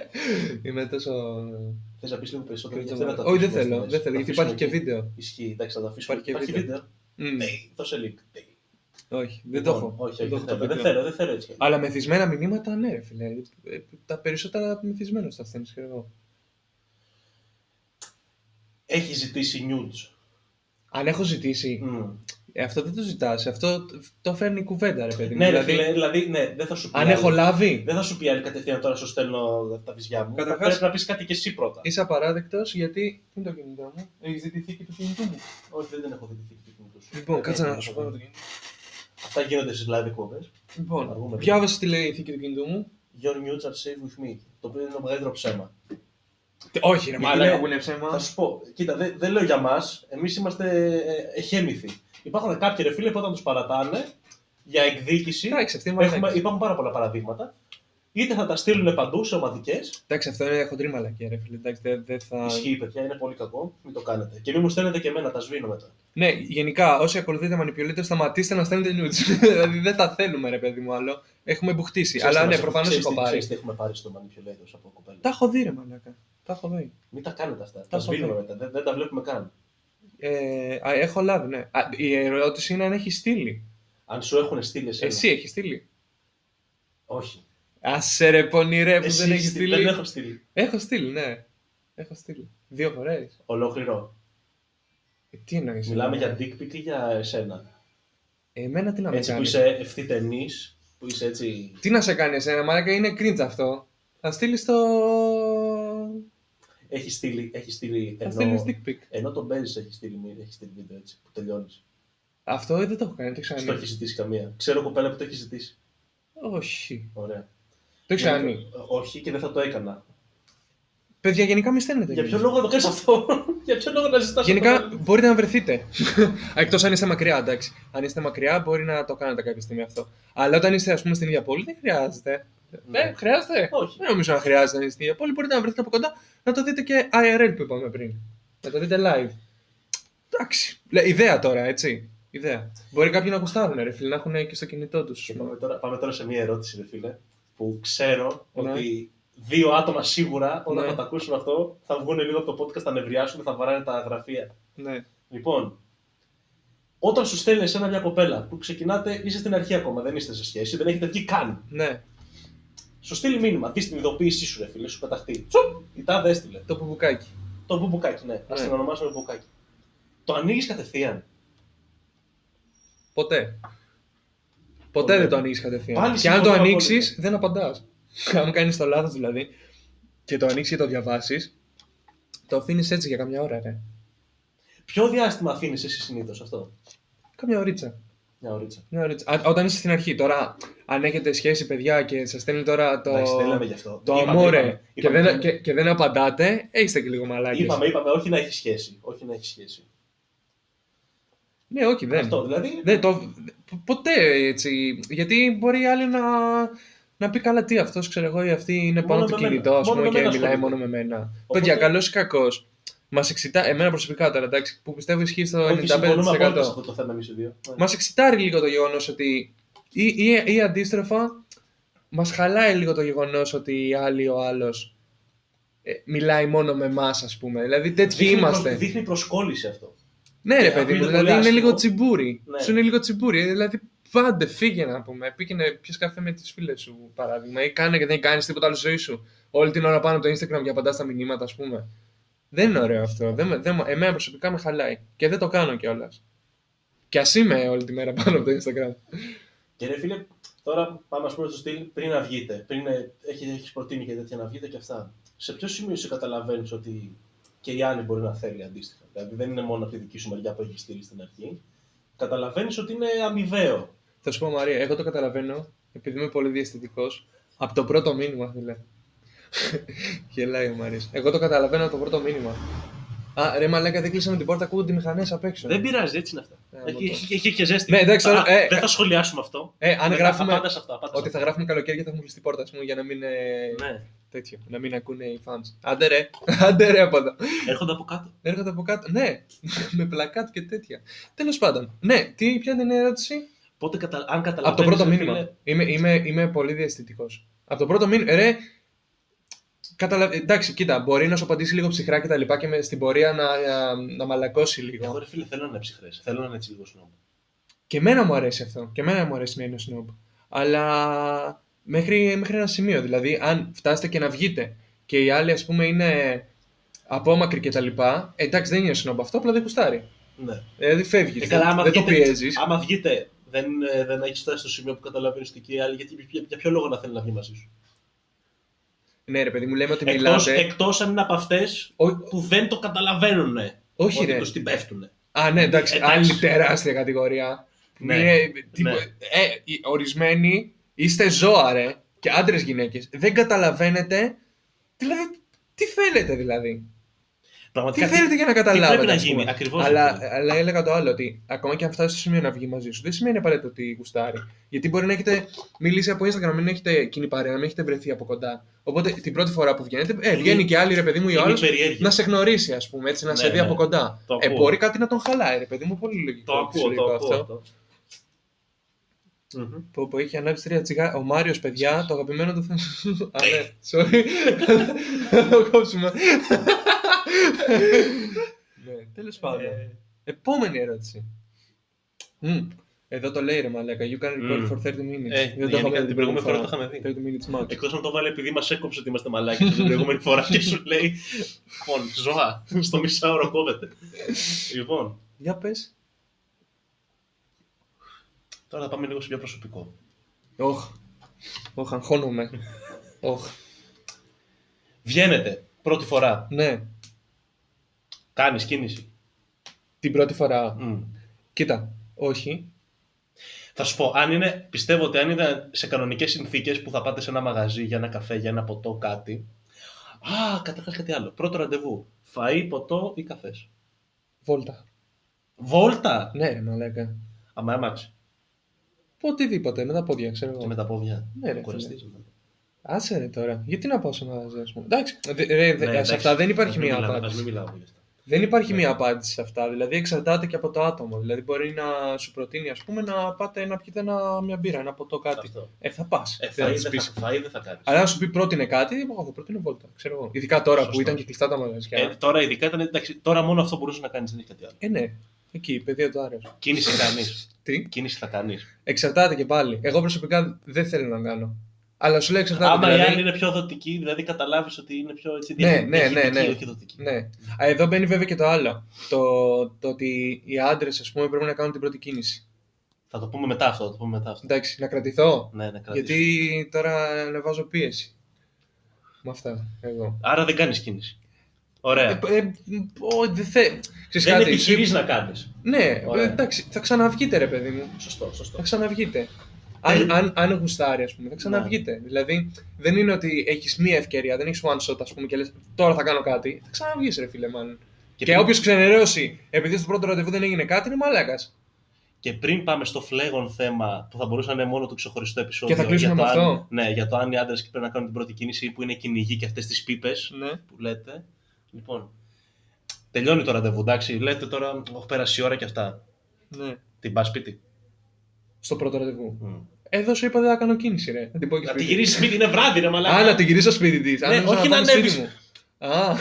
Είμαι τόσο... Θες να πεις λίγο περισσότερο. γιατί cringe. τα Όχι, δεν αφήσουμε θέλω. μέσα. Δεν Τα θέλω, γιατί αφήσουμε υπάρχει και εκεί. βίντεο. Ισχύει, εντάξει, θα τα αφήσουμε. Υπάρχει και βίντεο. Μμ. Ναι, δώσε link. Ναι. Όχι, δεν το έχω. Όχι, Δεν όχι, το δεν θέλω, δεν έχω το βίντεο. θέλω, δεν θέλω έτσι. Αλλά μεθυσμένα μηνύματα, ναι, ρε φίλε. Ε, Τα περισσότερα μεθυσμένο τα στέλνεις, ξέρω εγώ. Έχει ζητήσει νιούτς. Αν έχω ζητήσει. Ε, αυτό δεν το ζητάς. Αυτό το φέρνει η κουβέντα, ρε παιδί. μου. Ναι, ρε δηλαδή, φίλε, δηλαδή, ναι, δεν θα σου πει. αν άλλη. έχω λάβει, Δεν θα σου πει άλλη κατευθείαν τώρα σου στέλνω τα βυζιά μου. Καταρχάς- Ε- Πρέπει να πεις κάτι κι εσύ πρώτα. είσαι απαράδεκτος γιατί. Πού είναι το κινητό μου, έχει ζητηθεί και το κινητό μου. Όχι, δεν, δεν έχω δει τη του σου. Λοιπόν, Δεν κάτσε έχω να δει σου το πω το θήκη. κινητό. Αυτά γίνονται στι live εκπομπέ. Να βγούμε. Λοιπόν, διάβασε τι λέει η θήκη του κινητού μου. Your nudes are safe with me. Το οποίο είναι το μεγαλύτερο ψέμα. Όχι, ρε Γιατί μαλάκα λέω- που Θα είναι ψέμα. σου πω, κοίτα, δεν δεν λέω για μα. Εμεί είμαστε ε, εχέμηθοι. Υπάρχουν κάποιοι ρε φίλοι που όταν τους παρατάνε για εκδίκηση. Εντάξει, αυτή είναι Έχουμε, μαλακία. υπάρχουν πάρα πολλά παραδείγματα. Είτε θα τα στείλουν παντού σε ομαδικές. Εντάξει, αυτό είναι χοντρή μαλακία, ρε φίλε. Εντάξει, δεν δεν θα. Ισχύει, παιδιά, είναι πολύ κακό. Μην το κάνετε. Και μην μου στέλνετε και εμένα, τα σβήνω μετά. Ναι, γενικά, όσοι ακολουθείτε Manipulator, σταματήστε να στέλνετε nudes. δηλαδή, δεν τα θέλουμε, ρε παιδί μου, άλλο. Έχουμε μπουχτίσει. Ξέρεις Αλλά τι ναι, μας- προφανώς ξέρεις έχω τι- πάρει. ξέρεις τι έχουμε πάρει στο Manipulators από κοπέλα. Τα έχω δει, ρε μαλάκα. Τα έχω δει. Μην τα κάνετε αυτά. Τα έχω δει. σβήνουμε μετά. Δεν, δεν τα βλέπουμε καν. Ε, α, έχω λάβει, ναι. Α, η ερώτηση είναι αν έχει στείλει. Αν σου έχουν στείλει εσένα. Εσύ έχει στείλει. Όχι. Άσε ρε πονηρέ που Εσύ δεν έχει στείλ- στείλει. δεν έχω στείλει. Έχω στείλει, ναι. Έχω στείλει. Δύο φορές. Ολόκληρο. Ε, τι εννοείς. Μιλάμε για dick pic ή για εσένα. Εμένα τι να με έτσι που κάνεις. είσαι ευθυτενής, που είσαι έτσι. Τι να σε κάνει εσένα, μαλάκα είναι cringe αυτό. Θα στείλεις το. Έχει στείλει, έχει στείλει Θα ενώ, στείλεις dick pic. ενώ τον παίζεις έχει στείλει, μη- έχει στείλει βίντεο έτσι που τελειώνεις. Αυτό ε, δεν το έχω κάνει, το Στο ξανά. έχει ζητήσει καμία. Ξέρω κοπέλα που το έχει ζητήσει. Όχι. Ωραία. Το ξανά. Ε, Όχι και δεν θα το έκανα. Παιδιά, γενικά μη στέλνετε. Για ποιο nudes. λόγο να το κάνεις αυτό, Για ποιο λόγο να ζητάς Γενικά μπορείτε να βρεθείτε. Εκτός αν είστε μακριά, εντάξει. Αν είστε μακριά, μπορεί να το κάνετε κάποια στιγμή αυτό. Αλλά όταν είστε, ας πούμε, στην ίδια πόλη, δεν χρειάζεται. Ναι. Ε, χρειάζεται. Όχι. Δεν νομίζω να χρειάζεται να είστε στην ίδια πόλη. Μπορείτε να βρεθείτε από κοντά να το δείτε και IRL που είπαμε πριν. Να το δείτε live. Εντάξει. Λε, ιδέα τώρα, έτσι. Ιδέα. Μπορεί κάποιοι να γουστάρουν, ρε φίλε, να έχουν και στο κινητό τους. Και Πάμε τώρα, πάμε τώρα σε μια ερώτηση, ρε φίλε, που ξέρω Ναι. ότι δύο άτομα σίγουρα όταν Ναι. θα τα ακούσουν αυτό θα βγουν λίγο από το podcast, θα νευριάσουν, θα βαράνε τα γραφεία. Ναι. Λοιπόν, όταν σου στέλνει εσένα μια κοπέλα που ξεκινάτε, είσαι στην αρχή ακόμα, δεν είστε σε σχέση, δεν έχετε βγει καν. ναι. Σου στείλει μήνυμα, δει την ειδοποίησή σου, ρε φίλε, σου πεταχτεί. Τσουπ, η τάδε έστειλε. Το μπουμπουκάκι. Το μπουμπουκάκι, ναι, α Ναι. την ονομάσουμε μπουμπουκάκι. Το ανοίγεις κατευθείαν. Ποτέ. Ποτέ Ποτέ. δεν το ανοίξει κατευθείαν. ναι. Πάλι και αν το συμφωνώ ανοίξεις, απόλυτα. δεν απαντάς. αν κάνεις το λάθος δηλαδή και το ανοίξεις και το διαβάσεις, το αφήνεις έτσι για καμιά ώρα, ρε. Ποιο διάστημα αφήνεις εσύ συνήθως αυτό, Καμιά ωρίτσα. μια ωρίτσα. Μια ωρίτσα. Ναι, Α, όταν είσαι στην αρχή, τώρα, αν έχετε σχέση, παιδιά, και σας στέλνει τώρα το. Εντάξει, δεν λέμε γι' αυτό. το Είπαμε, αμόρε είπαμε, και, είπαμε, δεν, είπαμε. και, και δεν απαντάτε, ε, είστε και λίγο μαλάκι. Είπαμε, είπαμε, όχι να έχει σχέση. Όχι να έχει σχέση. Ναι, όχι, δεν. Αυτό δηλαδή. δεν το, ποτέ έτσι. Γιατί μπορεί άλλη να, να πει καλά τι αυτός, ξέρω εγώ, ή αυτή είναι πάνω Μόνο από το με μένα. κινητό, ας Μόνο με πούμε, και μένα μιλάει ασχολείται. μόνο με μένα. Οπότε- Παιδιά, καλός ή κακός. Μας εξητά, εμένα προσωπικά τώρα, εντάξει, που πιστεύω ισχύει στο Όχι, συμφωνούμε απόλυτα 95%. σε αυτό το θέμα εμείς οι δύο. Μας εξητάρει λίγο το γεγονός ότι. ή, ή, ή αντίστροφα, μας χαλάει λίγο το γεγονός ότι η άλλη ο άλλος μιλάει μόνο με εμάς, ας πούμε. Δηλαδή τέτοιοι Δείχνει είμαστε. προσ- Δείχνει προσκόλληση αυτό. Ναι, ρε Και παιδί μου, ακούγεται δηλαδή πολύ είναι άσχημο. λίγο τσιμπούρι. Ναι. Σου είναι λίγο τσιμπούρι. ε, Δηλαδή, πάντε, φύγε να πούμε. Πήγαινε, πιες καφέ με τις φίλες σου, παράδειγμα. Ή κάνε και δεν κάνεις τίποτα άλλο στη ζωή σου. Όλη την ώρα πάνω από το Instagram και απαντάς στα μηνύματα, ας πούμε. Δεν είναι ωραίο αυτό. Δεν, με- δεν, μου- εμένα προσωπικά με χαλάει. Και δεν το κάνω κιόλας. Κι ας είμαι όλη τη μέρα πάνω από το Instagram. Και ρε φίλε, τώρα πάμε ας πούμε στο στυλ πριν να βγείτε. Πριν ε, έχεις έχεις προτείνει και τέτοια να βγείτε και αυτά. Σε ποιο σημείο σε καταλαβαίνεις ότι και η άλλη μπορεί να θέλει αντίστοιχα. Δηλαδή δεν είναι μόνο από τη δική σου μεριά που έχεις στείλει στην αρχή. Καταλαβαίνεις ότι είναι αμοιβαίο. Θα σου πω, Μαρία, εγώ το καταλαβαίνω, επειδή είμαι πολύ διαστητικό, από το πρώτο μήνυμα, φίλε. Γελάει ο Μαρία. Εγώ το καταλαβαίνω από το πρώτο μήνυμα. Α, ρε μαλάκα, δεν κλείσαμε την πόρτα, ακούγονται οι μηχανές απ' έξω. πειράζει, έτσι είναι αυτά. Ε, Έχει- μου το- Έχει έχει και ζέστη. Ναι, εντάξει, Α, τώρα, ε, Δεν θα σχολιάσουμε αυτό. Ε, αν Δεν θα- γράφουμε Απάντα σε αυτό. απάντα σε ότι θα αυτό. γράφουμε καλοκαίρι και θα έχουμε κλειστεί η πόρτα, ας πούμε, για να μην, ε, Ναι, τέτοιο, να μην ακούνε οι fans. Άντε ρε, άντε ρε από εδώ. έρχονται από κάτω. Έρχονται από κάτω, ναι, με πλακάτ και τέτοια. Τέλος πάντων, ναι, τι, ποια είναι η ερώτηση? Πότε κατα... αν καταλαβαίνεις... από το πρώτο ρε μήνυμα. φίλε, Είμαι, είμαι, είμαι πολύ διαστητικός. Από το πρώτο μήνυμα, ρε, καταλα... εντάξει, κοίτα, μπορεί να σου απαντήσει λίγο ψυχρά και τα λοιπά και με, στην πορεία να, να, να μαλακώσει λίγο. Εγώ ρε φίλε θέλω να είναι ψυχρές. Θέλω να είναι έτσι λίγο σνόμπ. Και εμένα μου αρέσει αυτό. Και εμένα μου αρέσει να είναι snob. Αλλά μέχρι, μέχρι ένα σημείο. Δηλαδή, αν φτάσετε και να βγείτε και οι άλλοι, ας πούμε, είναι απόμακροι κτλ. Εντάξει, δεν είναι snob αυτό, απλά δεν κουστάρει. Ναι. Δηλαδή, φεύγεις. Ε, καλά, άμα δεν το βγείτε- πιέζεις. Άμα βγείτε, δεν, ε, δεν έχεις φτάσει στο σημείο που καταλαβαίνεις τι και οι άλλοι, γιατί για, για ποιο λόγο να θέλει να βγει μαζί σου. Ναι, ρε παιδί μου, λέμε ότι Εκτός, μιλάτε. εκτός αν είναι από αυτές Ό- που δεν το καταλαβαίνουν. όχι, ότι ρε. τους την πέφτουν. Α, ναι, εντάξει, Ε, Εντάξει. άλλη τεράστια κατηγορία. Ναι. Μία- τύπο- Ναι. ε, οι ορισμένοι είστε ζώα, ρε, και άντρες γυναίκες. Δεν καταλαβαίνετε. Δηλαδή, τι θέλετε, δηλαδή. Τι Πραγματικά. τι- θέλετε για να καταλάβετε. πρέπει να ας πούμε. γίνει, ακριβώς Αλλά, ε, αυτό. αλλά έλεγα το άλλο, ότι ακόμα και αν φτάσει στο σημείο να βγει μαζί σου, δεν σημαίνει απαραίτητο ότι γουστάρει. Γιατί μπορεί να έχετε μιλήσει από Instagram, να μην έχετε κοινή παρέα, να μην έχετε βρεθεί από κοντά. Οπότε την πρώτη φορά που βγαίνετε, ε, Είναι- βγαίνει και άλλη ρε παιδί μου ή είναι άλλος η περιέργεια. να σε γνωρίσει, ας πούμε, έτσι, να Ναι, σε δει ναι. από κοντά. Το Ε, ακούω. μπορεί κάτι να τον χαλάει, ρε παιδί μου, πολύ λογικό. Το ακούω, το φυσιολογικό ακούω. το. Μμμ. Που, που είχε ανάψει τρία τσιγάρα. Ο Μάριος, παιδιά, το αγαπημένο του θέμα. Α, Ε. ναι, sorry. Θα το κόψουμε. ναι, τέλος πάντων. Ε, Επόμενη ερώτηση. Μμ, Εδώ το λέει ρε μαλάκα. You can record Μμ. for 30 minutes. Ε, Δεν το γενικά είχαμε δει την προηγούμενη φορά φορά. το είχαμε δει. Ε, 30 minutes max. Εκτός αν το βάλει επειδή μας έκοψε ότι είμαστε μαλάκι την προηγούμενη φορά και σου λέει. Λοιπόν, ζωά, στο μισάωρο κόβεται. λοιπόν, Για πες. τώρα θα πάμε λίγο σε πιο προσωπικό. Οχ. Οχ, αγχώνομαι. Οχ. Βγαίνετε πρώτη φορά, Ναι, κάνεις κίνηση. την πρώτη φορά. Μμ. Κοίτα, όχι. Θα σου πω, αν είναι, πιστεύω ότι αν είναι σε κανονικές συνθήκες που θα πάτε σε ένα μαγαζί για ένα καφέ, για ένα ποτό, κάτι. Α, καταρχάς κάτι άλλο. Πρώτο ραντεβού. Φαΐ, ποτό ή καφές. Βόλτα. Βόλτα! Ναι, ρε μαλάκα. Αμα άμαξι. Πω οτιδήποτε, με τα πόδια, ξέρω Και εγώ. με τα πόδια. Ναι, ρε, Κουραστείς. Άσε ρε τώρα. Γιατί να πάω σε μαγαζί, ας πούμε. Εντάξει, δε- ρε, Ε, δε- Ναι, σε εντάξει. αυτά δεν υπάρχει Ας μην μία μιλάμε- απάντηση. Ας μην μιλάμε για αυτά. Δεν υπάρχει Ναι. μία απάντηση σε αυτά. Δηλαδή εξαρτάται και από το άτομο. Δηλαδή μπορεί να σου προτείνει, ας πούμε, να πάτε να πιείτε ένα, μια μπύρα, ένα ποτό κάτι. Αυτό. Ε, θα πας. Ε, φαΐ δεν θα- φαΐ δεν θα κάνεις. Αλλά να σου πει πρότεινε κάτι, εγώ θα προτείνω βόλτα. Ξέρω εγώ. Ειδικά τώρα Σωστό. που ήταν και κλειστά τα μαγαζιά. Ε, Ε, τώρα ειδικά ήταν εντάξει, τώρα μόνο αυτό μπορούσες να κάνεις, δεν έχει κάτι άλλο. ναι. Εκεί, παιδεία του άρεσε. Κίνηση κάνεις. Τι. Κίνηση θα κάνεις. Εξαρτάται και πάλι. Εγώ προσωπικά δεν θέλω να κάνω. Αλλά σου λέει εξαρτάται. Άμα δηλαδή- η άλλη είναι πιο δοτική, δηλαδή καταλάβεις ότι είναι πιο έτσι. Ναι, ναι, ναι, διαχειτική, ναι. όχι δοτική. Ναι. Α, εδώ μπαίνει βέβαια και το άλλο. Το, το ότι οι άντρες, ας πούμε, πρέπει να κάνουν την πρώτη κίνηση. Θα το πούμε μετά αυτό. Θα το πούμε μετά αυτό. Εντάξει, να κρατηθώ. Ναι, να κρατήσω. Γιατί τώρα ανεβάζω πίεση. Με αυτά, εγώ. Άρα δεν κάνεις κίνηση. Ωραία. Ε, ε, ο, δεν θε... Ξέρεις δεν κάτι, επιχειρεί εσύ- να κάνεις. Ναι, Ωραία. ε, εντάξει, θα ξαναβγείτε ρε παιδί μου. Σωστό, σωστό. Θα ξαναβγείτε. Αν, Ε. Ναι. αν, αν γουστάρει, ας πούμε, θα ξαναβγείτε. Δηλαδή, δεν είναι ότι έχεις μία ευκαιρία, δεν έχεις one shot, ας πούμε, και λες τώρα θα κάνω κάτι. Θα ξαναβγείς, ρε φίλε, μάλλον. Και, πριν, όποιος ξενερώσει, επειδή στο πρώτο ραντεβού δεν έγινε κάτι, είναι μαλάκας. και πριν πάμε στο φλέγον θέμα που θα μπορούσε να είναι μόνο του ξεχωριστό επεισόδιο. Και θα κλείσουμε για το με αν- αυτό. Ναι, για το αν οι άντρες πρέπει να κάνουν την πρώτη κίνηση ή που είναι κυνηγοί και αυτές τις πίπες. Ναι. που λέτε. Λοιπόν, τελειώνει το ραντεβού, εντάξει. Λέτε τώρα, έχω πέρασει η ώρα και αυτά. ναι. Την πας σπίτι. Στο πρώτο ραντεβού. Ε, Mm. Εδώ σου είπα δεν θα κάνω κίνηση, ρε. Να την πω και Να τη σπίτι. γυρίσει σπίτι, είναι βράδυ, ρε μαλάκα. Α, να την γυρίσω σπίτι της. Ναι, όχι να ανέβεις. Α,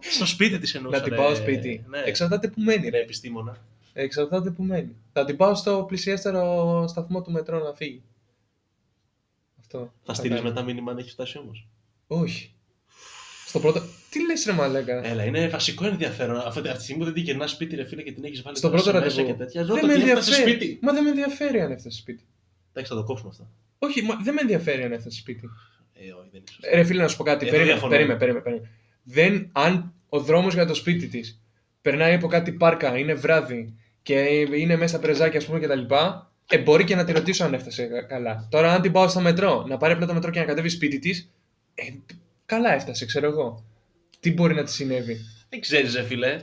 Στο σπίτι τη εννοούσα. να την ρε. πάω σπίτι. Ναι, Εξαρτάται που μένει, ρε ρε. επιστήμονα. Εξαρτάται που μένει. Θα την πάω στο πλησιέστερο σταθμό του μετρό να φύγει. Αυτό. Θα στείλεις κάνω. μετά μήνυμα αν έχει φτάσει όμως. Όχι. Στο πρώτο. Τι λες, ρε Μαλέκα. Έλα, είναι βασικό ενδιαφέρον. Αυτή, αυτή τη στιγμή που δεν την κερνάς σπίτι, ρε φίλε, και την έχεις βάλει Στο τώρα πρώτο σε μέσα ραντεβού. και τέτοια. δεν Ρώτα, με τι έφτασε ενδιαφέρει. σπίτι. Μα δεν με ενδιαφέρει αν έφτασε σπίτι. Εντάξει, θα το κόψουμε αυτό. Όχι, μα δεν με ενδιαφέρει αν έφτασε σπίτι. Ε, όχι, δεν είναι σωστό. Ρε φίλε, να σου πω κάτι. Εδώ περίμενε, διαφωνώ. περίμενε, περίμενε, περίμενε. Δεν, αν ο δρόμος για το σπίτι της περνάει από κάτι πάρκα, είναι βράδυ και είναι μέσα πρεζάκια, ας πούμε, κτλ. Ε, μπορεί και να τη ρωτήσω αν έφτασε κα- καλά. Τώρα, αν την πάω στο μετρό, να πάρει απλά το μετρό και να κατέβει σπίτι της. Ε, καλά έφτασε, ξέρω εγώ. Τι μπορεί να της συνέβη. Δεν ξέρεις, ρε φίλε.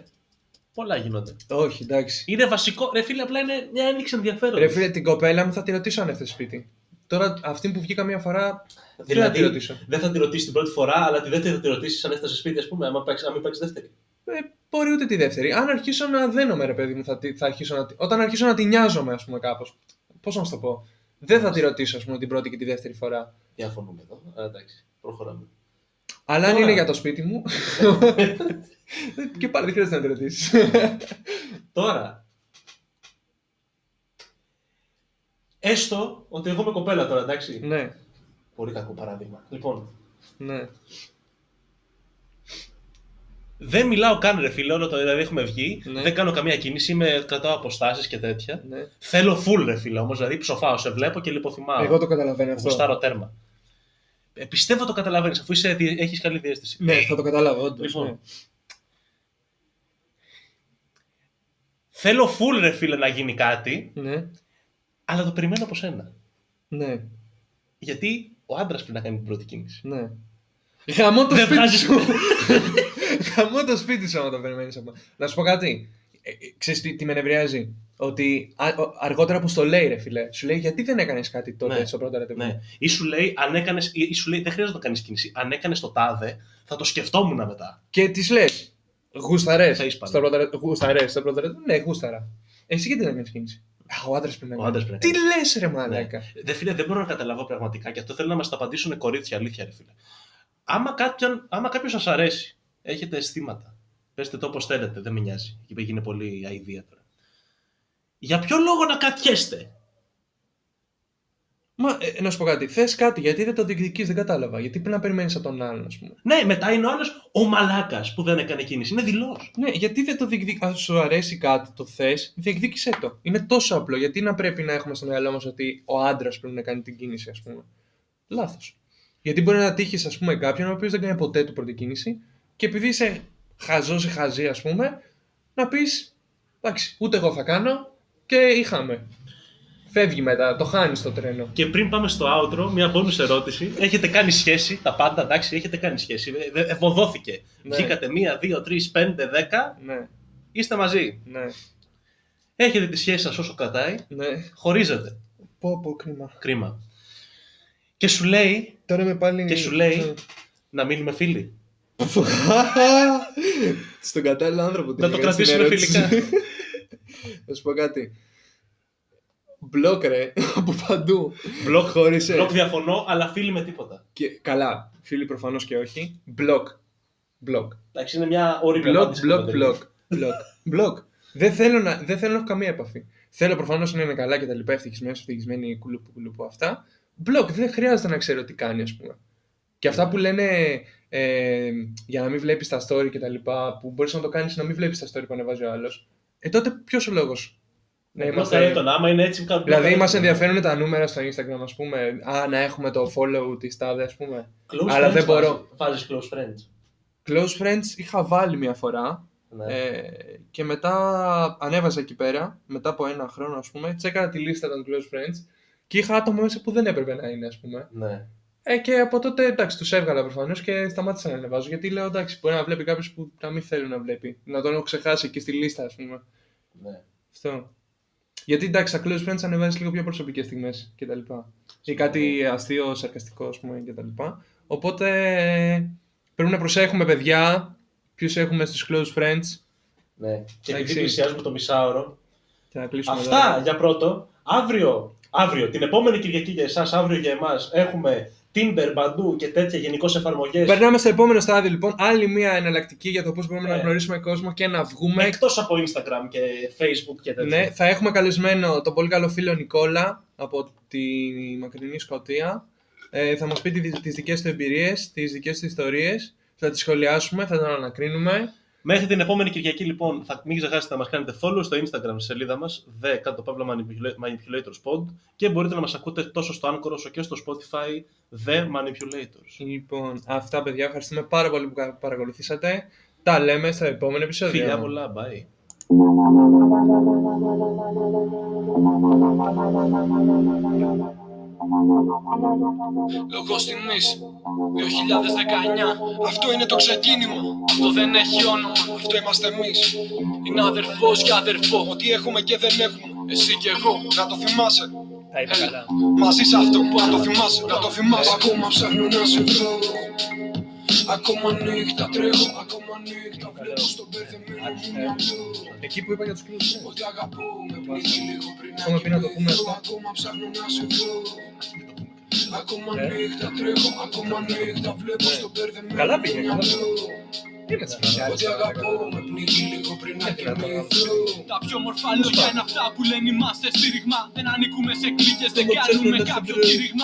Πολλά γίνονται. Όχι, εντάξει. Είναι βασικό, ρε φίλε, απλά είναι μια ένδειξη ενδιαφέρον. Ρε φίλε, την κοπέλα μου θα τη ρωτήσω αν έφτασε σπίτι. Τώρα, αυτή που βγήκα μία φορά. δεν θα τη Δηλαδή, ρωτήσω. δεν θα τη ρωτήσεις την πρώτη φορά, αλλά τη δεύτερη θα τη ρωτήσεις αν έφτασε σπίτι, ας πούμε, άμα υπάρξει, άμα υπάρξει δεύτερη. Ε, μπορεί ούτε τη δεύτερη. Αν αρχίσω να δένομαι, ρε παιδί μου, θα, τη- θα αρχίσω να, τη- όταν αρχίσω να τη νοιάζομαι, ας πούμε, κάπως. Πώς να σου το πω. Δεν θα τη ρωτήσω, ας πούμε, την πρώτη και τη δεύτερη φορά. Διαφωνούμε εδώ. Α, εντάξει, προχωράμε. Αλλά αν Ωραία. είναι για το σπίτι μου. και πάλι δεν χρειάζεται να τη ρωτήσεις. Τώρα. Έστω ότι εγώ είμαι κοπέλα τώρα, εντάξει. Ναι, Πολύ κακό παράδειγμα. Λοιπόν, ναι. δεν μιλάω καν ρε φίλε, όλο το δηλαδή έχουμε βγει. Ναι. Δεν κάνω καμία κίνηση, είμαι, κρατάω αποστάσεις και τέτοια. ναι. Θέλω full ρε φίλε όμως, δηλαδή ψοφάω, σε βλέπω και λιποθυμάω. Εγώ το καταλαβαίνω αυτό. Γουστάρω τέρμα. Ε, πιστεύω το καταλαβαίνεις, αφού είσαι, έχεις καλή διέστηση. Ε, Ναι, θα το καταλάβω, όντως. Λοιπόν. ναι. Θέλω full ρε φίλε να γίνει κάτι, Ναι, αλλά το περιμένω από σένα. ναι, Γιατί ο άντρας πρέπει να κάνει την πρώτη κίνηση. ναι. Γαμώ το Δεν σπίτι βγάζεις- σου. Γαμώ το σπίτι σου άμα το περιμένεις αυτό. Να σου πω κάτι. Ε, ε, Ξέρεις τι, τι με νευριάζει. Ότι α- ο- αργότερα που στο λέει ρε φίλε, σου λέει γιατί δεν έκανες κάτι τότε Ναι. στο πρώτο ραντεβού. Ναι. Ή σου λέει, αν έκανες, ή ή σου λέει δεν χρειάζεται να κάνεις κίνηση. Αν έκανες το τάδε, θα το σκεφτόμουν μετά. Και της λες. Γουσταρέ. Θα είσαι πάντα. Στο πρώτο ραντεβού. Γουσταρέ. Στο πρώτο ραντεβού. Ναι, γούσταρα. Εσύ γιατί δεν έκανες κίνηση. Α, ο άντρας πρέπει να Ο κάνει. άντρας Ναι. πρέπει Τι να λες, ρε μαλάκα. Δεν, φίλε, δεν μπορώ να καταλάβω πραγματικά και αυτό θέλω να μας τα απαντήσουν κορίτσια αλήθεια, ρε φίλε. Άμα, κάποιον, άμα κάποιος σας αρέσει, έχετε αισθήματα. Πετε το όπως θέλετε, δεν με νοιάζει. Είπε γίνει πολύ αηδία τώρα. Για ποιο λόγο να κατιέστε. Μα ε, να σου πω κάτι. Θες κάτι, γιατί δεν το διεκδική, δεν κατάλαβα. Γιατί πρέπει να περιμένεις από τον άλλον, ας πούμε. Ναι, μετά είναι ο άλλος ο μαλάκας που δεν έκανε κίνηση. Είναι δηλός. Ναι, γιατί δεν το διεκδικεί. Αν σου αρέσει κάτι, το θες, διεκδίκησέ το. Είναι τόσο απλό. Γιατί να πρέπει να έχουμε στο μυαλό μας ότι ο άντρας πρέπει να κάνει την κίνηση, ας πούμε. Λάθος. Γιατί μπορεί να τύχεις, ας πούμε, κάποιον ο οποίος δεν κάνει ποτέ του πρώτη κίνηση και επειδή είσαι χαζός ή χαζή, ας πούμε, να πεις εντάξει, ούτε εγώ θα κάνω και είχαμε. Φεύγει μετά, το χάνεις το τρένο. Και πριν πάμε στο outro, μια bonus ερώτηση. Έχετε κάνει σχέση, τα πάντα εντάξει, έχετε κάνει σχέση. Ε, ε, Ευωδόθηκε. Ναι. Βγήκατε μία, δύο, τρεις, πέντε, δέκα, Ναι, είστε μαζί. ναι, Έχετε τη σχέση σας όσο κρατάει, ναι. χωρίζετε. Πω, πω, κρίμα. Κρίμα. Και σου λέει Τώρα είμαι πάλι. Και σου λέει- να μείνουμε φίλοι. Στον κατάλληλο άνθρωπο. Να το τελικά, στην κρατήσουμε ερώτηση. φιλικά. Θα σου πω κάτι. Μπλοκ ρε, από παντού. Μπλοκ χωρίς ε. Μπλοκ διαφωνώ, αλλά φίλοι με τίποτα. Και, καλά, φίλοι προφανώς και όχι. Μπλοκ. Μπλοκ. Εντάξει, είναι μια όρημη Μπλοκ, απάντηση που μπλοκ, δεν μπλοκ. Μπλοκ. Μπλοκ. Δεν θέλω, να, δεν θέλω να έχω καμία επαφή. Θέλω προφανώς να είναι καλά και τα λοιπά, ευτυχισμένος, ευτυχισμένη, κουλούπου, κουλούπου αυτά. Μπλοκ, δεν χρειάζεται να ξέρω τι κάνει, ας πούμε. Και αυτά που λένε ε, για να μην βλέπεις τα story και τα λοιπά, που μπορείς να το κάνεις να μην βλέπεις τα story που ανεβάζει ο άλλος. Ε, τότε ποιος ο λόγος. Ναι, είμαστε τον άμα είναι έτσι που κάνουν- Δηλαδή, μας ενδιαφέρουν τα νούμερα στο Instagram, ας πούμε. Α, να έχουμε το follow της τάδε, ας πούμε. Close αλλά friends δεν μπορώ. Βάζεις βάζεις close friends. Close friends είχα βάλει μια φορά Ναι. ε, και μετά ανέβαζα εκεί πέρα, μετά από ένα χρόνο, ας πούμε. Τσέκανα τη λίστα των close friends και είχα άτομα μέσα που δεν έπρεπε να είναι, ας πούμε. ναι. Ε, και από τότε εντάξει, τους έβγαλα προφανώς και σταμάτησα να ανεβάζω. Γιατί λέω εντάξει, μπορεί να βλέπει κάποιος που να μην θέλει να βλέπει. Να τον έχω ξεχάσει εκεί στη λίστα, ας πούμε. ναι. Αυτό. Γιατί εντάξει, τα close friends ανεβάζεις λίγο πιο προσωπικές στιγμές κτλ. Ή κάτι αστείο, σαρκαστικό, ας πούμε, κτλ. Οπότε πρέπει να προσέχουμε, παιδιά, ποιους έχουμε στους close friends. ναι. Και επειδή Εντάξει. πλησιάζουμε το μισάωρο, Και να κλείσουμε Αυτά για πρώτο. Αύριο, αύριο, την επόμενη Κυριακή για εσάς, αύριο για εμάς, έχουμε Tinder, Bandoo και τέτοια γενικώς εφαρμογές. Περνάμε στο επόμενο στάδιο, λοιπόν. Άλλη μια εναλλακτική για το πώς μπορούμε να Ναι. γνωρίσουμε κόσμο και να βγούμε. Εκτός από Instagram και Facebook και τέτοια. Ναι, θα έχουμε καλεσμένο τον πολύ καλό φίλο Νικόλα από τη μακρινή Σκοτία. Ε, θα μας πει τι- τις δικές του εμπειρίες, τις δικές του ιστορίες. Θα τις σχολιάσουμε, θα τον ανακρίνουμε. Μέχρι την επόμενη Κυριακή, λοιπόν, θα μην ξεχάσετε να μας κάνετε follow στο Instagram στη σελίδα μας, The κάτω παύλα Manipula- Manipulators Pod και μπορείτε να μας ακούτε τόσο στο Anchor όσο και στο Spotify The Manipulators. Λοιπόν, αυτά παιδιά, ευχαριστούμε πάρα πολύ που παρακολουθήσατε. Τα λέμε στο επόμενο επεισόδιο. Φιλιά πολλά, bye. Λόγος τιμής 2019 Αυτό είναι το ξεκίνημα Αυτό δεν έχει όνομα Αυτό είμαστε εμείς Είναι αδερφός και αδερφό Ότι έχουμε και δεν έχουμε Εσύ και εγώ Να το θυμάσαι Τα είπα Έλα. καλά. Μαζί σε αυτό που να το θυμάσαι Να το θυμάσαι Ακόμα ψάχνω να σε βρω Ακόμα νύχτα τρέχω Ακόμα νύχτα βλέπω στον πεθεμένο μου μυαλό Εκεί που είπα για τους ναι. κλειδούς. ότι αγαπώ με πνίγει λίγο πριν να Έχουμε πει να το πούμε κοιμηθώ, αυτό. Ακόμα ψάχνω να σε βρω Ε. Ακόμα νύχτα τρέχω, ακόμα νύχτα βλέπω Ναι. στο μπερδεμένο Καλά μου πήγε, μυαλό. καλά πήγε. Ε, Τι με τις φυσιάρες, Ό,τι αγαπώ με πνίγει λίγο πριν να κοιμηθώ Τα πιο μορφά ε, λόγια είναι αυτά που λένε είμαστε στήριγμα. Δεν ανήκουμε σε κλίκες, δεν κάνουμε κάποιο κήρυγμα.